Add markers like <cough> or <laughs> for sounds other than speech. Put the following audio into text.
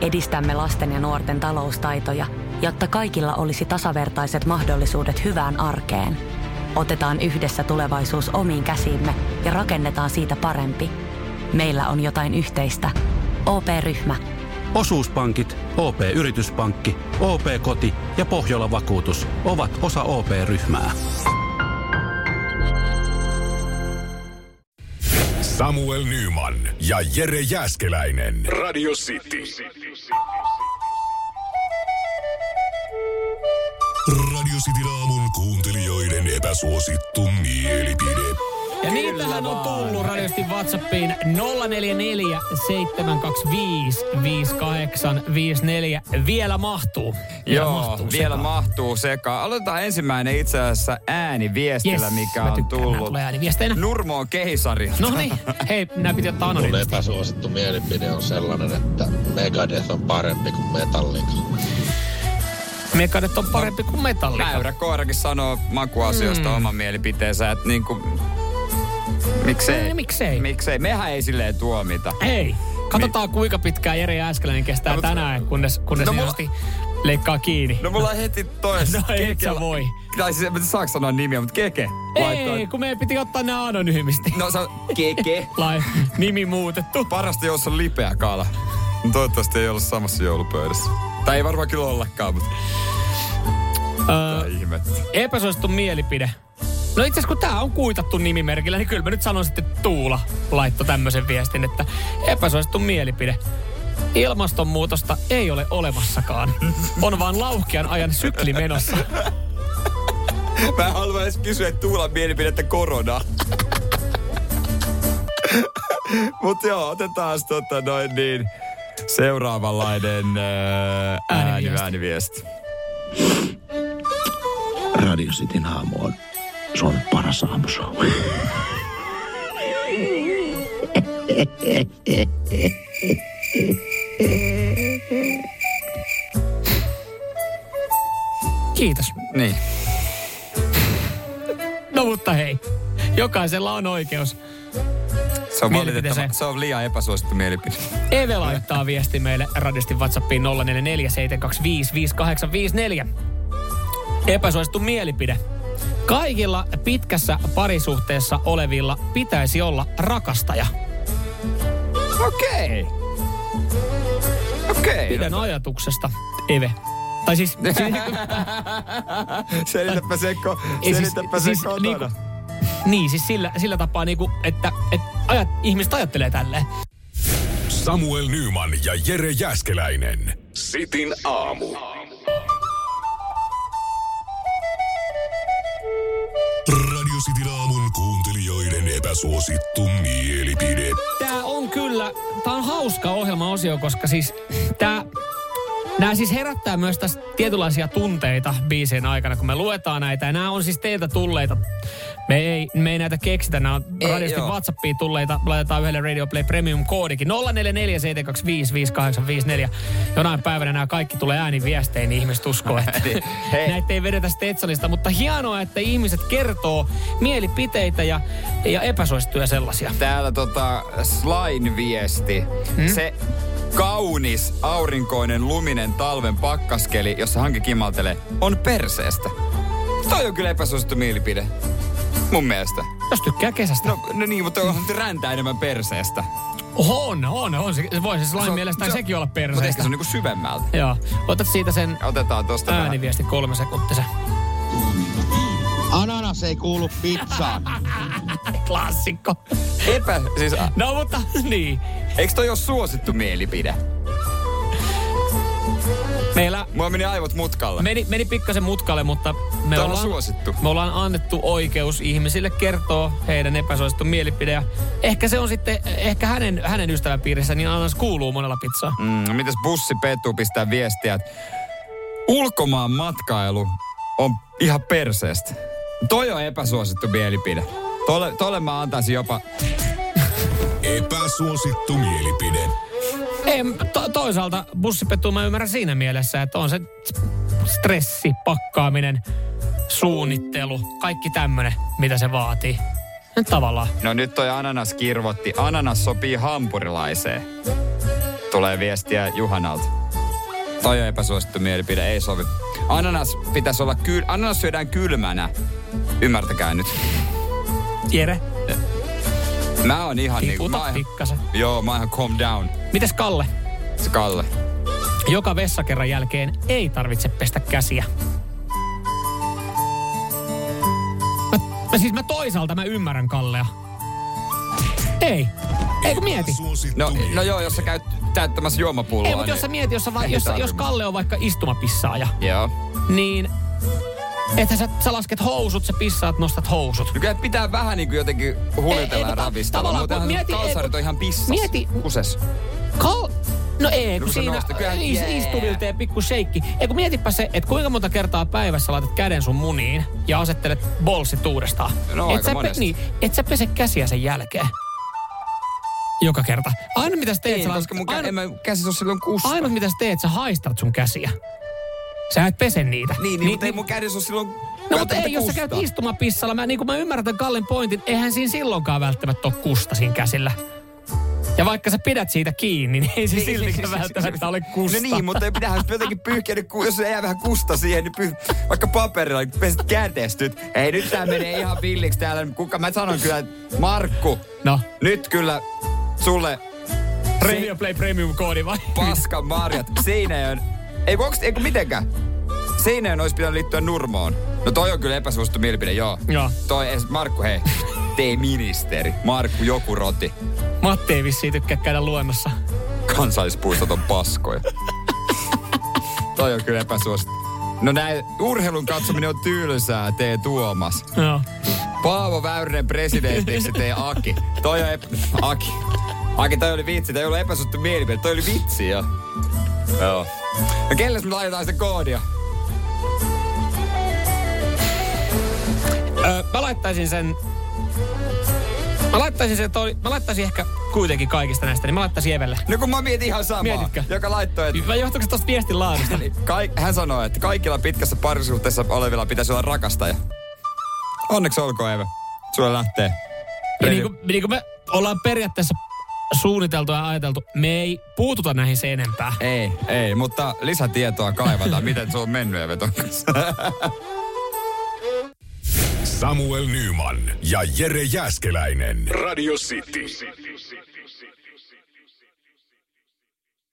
Edistämme lasten ja nuorten taloustaitoja, jotta kaikilla olisi tasavertaiset mahdollisuudet hyvään arkeen. Otetaan yhdessä tulevaisuus omiin käsiimme ja rakennetaan siitä parempi. Meillä on jotain yhteistä. OP-ryhmä. Osuuspankit, OP-yrityspankki, OP-koti ja Pohjola Vakuutus ovat osa OP-ryhmää. Samuel Nyman ja Jere Jäskeläinen. Radio City. Radio City aamun kuuntelijoiden epäsuosittu mielipide. Ja niitähän on tullut radiosti WhatsAppiin 044 725 5854. Vielä mahtuu. Vielä Joo, mahtuu vielä sekaan. mahtuu sekaan. Aloitetaan ensimmäinen itse asiassa ääniviestillä, Yes, mikä mä on tykkään, nää tullut. tulee ääniviesteinä. Nurmo on keisari. No niin, hei, nämä piti ottaa Mun anonyymisti. epäsuosittu mielipide on sellainen, että Megadeth on parempi kuin Metallica. Mekanet on parempi kuin metalli. Väyrä koirakin sanoo makuasioista mm. oman mielipiteensä, että niinku... Miksei? Niin, miksei? Miksei? Mehän ei silleen tuomita. Hei, katsotaan kuinka pitkään Jere Jääskeläinen kestää No, no, mutta- tänään, kunnes, kunnes No, no, mulla- justi leikkaa kiinni. No mulla on heti tois. No, et Keke sä la- voi. Tai siis, en mä saanko sanoa nimiä, mutta Keke Ei, laittoi. kun meidän piti ottaa nämä anonyymisti. No se on Keke. Lai, nimi muutettu. Parasta, jos on lipeä kala. No, Toivottavasti ei olla samassa joulupöydässä. Tai ei varmaan kyllä ollakaan, mutta No. Öö, tai ihmettä. epäsuosittu mielipide. No itse asiassa kun tää on kuitattu nimimerkillä, niin kyllä mä nyt sanon sitten että Tuula laittoi tämmöisen viestin, että epäsuosittu mielipide. Ilmastonmuutosta ei ole olemassakaan. On vaan lauhkean ajan sykli menossa. Mä en halua edes kysyä Tuulan mielipidettä koronaa. Mut joo, otetaan tota noin niin seuraavanlainen ää, ääni, Ääniviesti. ääniviesti. Radio Cityn aamu on Suomen paras aamushow. Kiitos. Niin. No mutta hei, jokaisella on oikeus. Se on, Mielipiteeseen. valitettava, se on liian epäsuosittu mielipide. Eve laittaa viesti meille radistin WhatsAppiin 0447255854. Epäsuosittu mielipide. Kaikilla pitkässä parisuhteessa olevilla pitäisi olla rakastaja. Okei. Okei. Pidän ajatuksesta, Eve. Tai <laughs> siis, Selitäpä se, ko- Ei siis- selitäpä se siis kotona. niinku- niin, siis sillä, sillä tapaa, niinku, että, että ajat, ihmiset ajattelee tälleen. Samuel Nyman ja Jere Jäskeläinen. Sitin aamu. Radio Cityn aamun kuuntelijoiden epäsuosittu mielipide. Tää on kyllä, tää on hauska ohjelmaosio, koska siis tää, nää siis herättää myös tässä tietynlaisia tunteita biisien aikana, kun me luetaan näitä. Ja nää on siis teiltä tulleita. Me ei, me ei näitä keksitä, nää on Ei, radiosti joo. WhatsAppiin tulleita. Laitetaan yhdelle Radio Play Premium koodikin 0447255854. Jonain päivänä nämä kaikki tulee ääniviestein, niin ihmiset uskoo, että Hei. <laughs> näitä ei vedetä Stetsonista. Mutta hienoa, että ihmiset kertoo mielipiteitä ja, ja epäsuosittuja sellaisia. Täällä tota Slain viesti. Hmm? Se kaunis, aurinkoinen, luminen talven pakkaskeli, jossa hanki kimaltelee, on perseestä. Toi on kyllä epäsuosittu mielipide. Mun mielestä. Jos tykkää kesästä. No, no niin, mutta onhan se räntää enemmän perseestä. On, on, on. Se, se voi siis Se lain on- mielestään se on- sekin olla Mutta ehkä perseestä. se on niinku syvemmältä. Joo. Otat siitä sen Otetaan tosta vähän. ääniviesti kolme sekuntisen. Ananas ei kuulu pizzaan. Klassikko. Epä, siis, a- No mutta niin. eikö toi ole suosittu mielipide? Meillä Mulla meni aivot mutkalle. meni, meni pikkasen mutkalle, mutta me Tää on ollaan, suosittu. me ollaan annettu oikeus ihmisille kertoa heidän epäsuosittu mielipide. Ja ehkä se on sitten, ehkä hänen, hänen ystäväpiirissä, niin annas kuuluu monella pizzaa. Mm, mitäs bussi Petu pistää viestiä, että ulkomaan matkailu on ihan perseestä. Toi on epäsuosittu mielipide. Tolle, tolle mä antaisin jopa... Epäsuosittu mielipide. Ei, to, toisaalta bussipettu mä ymmärrän siinä mielessä, että on se stressi, pakkaaminen, suunnittelu, kaikki tämmönen, mitä se vaatii. Nyt tavallaan. No nyt toi ananas kirvotti. Ananas sopii hampurilaiseen. Tulee viestiä Juhanalta. Toi on epäsuosittu mielipide, ei sovi. Ananas pitäisi olla kyl... Ananas syödään kylmänä. Ymmärtäkää nyt. Jere, Mä oon ihan niinku... tiputa Mä oon, ihan- pikkasen. joo, mä oon ihan calm down. Mites Kalle? Se Kalle. Joka vessakerran jälkeen ei tarvitse pestä käsiä. Mä, mä siis mä toisaalta mä ymmärrän Kallea. Ei. Ei kun mieti. No, no joo, jos sä käyt täyttämässä juomapulloa. Ei, mutta jos sä niin- mietit, jos, sä va, Ei jos, sä- tarvi. jos Kalle on vaikka istumapissaaja, Joo. niin ethän sä, sä lasket housut, sä pissaat, nostat housut. No Kyllä pitää vähän niinku jotenkin huljutella ja mutta ravistella. tavallaan, Muutenhan mut mieti, mieti- ei, kalsarit kun- on ihan pissas. mieti- Kuses. Kal... No ei, No kun kun sä siinä nostat, kyllähän- is, jee. istuvilta ja pikku sheikki. Ei kun mietipä se, että kuinka monta kertaa päivässä laitat käden sun muniin ja asettelet bolsit uudestaan. No, et aika sä monesti. niin, et sä pese käsiä sen jälkeen. Joka kerta. Aina mitä sä teet, Ei, sä Niin, koska mun kä- aina, en mä käsi ole silloin kusta. aina mitä sä teet, sä haistat sun käsiä. Sä et pese niitä. Niin, niin, mutta ei mun kädessä ole silloin No mutta välttämättä ei, jos sä käyt kustaa. istumapissalla, mä, niin kuin mä ymmärrän tämän Kallen pointin, eihän siinä silloinkaan välttämättä ole kusta siinä käsillä. Ja vaikka sä pidät siitä kiinni, niin siis- ei se siltikään välttämättä ole kusta. siis- No niin, mutta ei pitäähän sitten jotenkin pyyhkiä, nyt, kun- jos se jää vähän kusta siihen, niin pyyh, vaikka paperilla, niin pesit käteestä nyt. Ei, nyt tää menee ihan villiksi täällä. Kuka, mä sanon kyllä, että Markku, No, nyt kyllä sulle Premium Play Premium-koodi vai? paska marjat. Seinäjön, ei kun onks, ei kun mitenkään. Seinäjön olisi pitänyt liittyä Nurmoon. No toi on kyllä epäsuosittu mielipide, joo. Joo. Toi, ei- Markku, hei. Tee ministeri. Markku, joku roti. Matti ei vissiin tykkää käydä luemassa. kansallispuistot on paskoja. Toi on kyllä epäsuosittu. No näin, urheilun katsominen on tylsää, tee Tuomas. Joo. Paavo Väyrynen presidentiksi, tee Aki. Toi on ep... Aki. Aki, toi oli vitsi, toi ei ollut epäsuosittu mielipide, toi oli vitsi jo. Joo. No kelles me laitetaan sitä koodia? Öö, mä laittaisin sen... Mä laittaisin sen toi... Mä laittaisin ehkä kuitenkin kaikista näistä, niin mä laittaisin Evelle. No kun mä mietin ihan samaa, Mietitkö? joka laittoi, että Vai johtuuko se tosta viestin <laughs> laadusta? Niin, Kaik, hän sanoi, että kaikilla pitkässä parisuhteessa olevilla pitäisi olla rakastaja. Onneksi olkoon, Eve. Sulle lähtee. Ja niin kuin, niin kuin me ollaan periaatteessa suunniteltu ja ajateltu, me ei puututa näihin sen enempää. Ei, ei, mutta lisätietoa kaivataan. Miten se on mennyt Eveton kanssa? Samuel Nyman ja Jere Jäskeläinen. Radio City.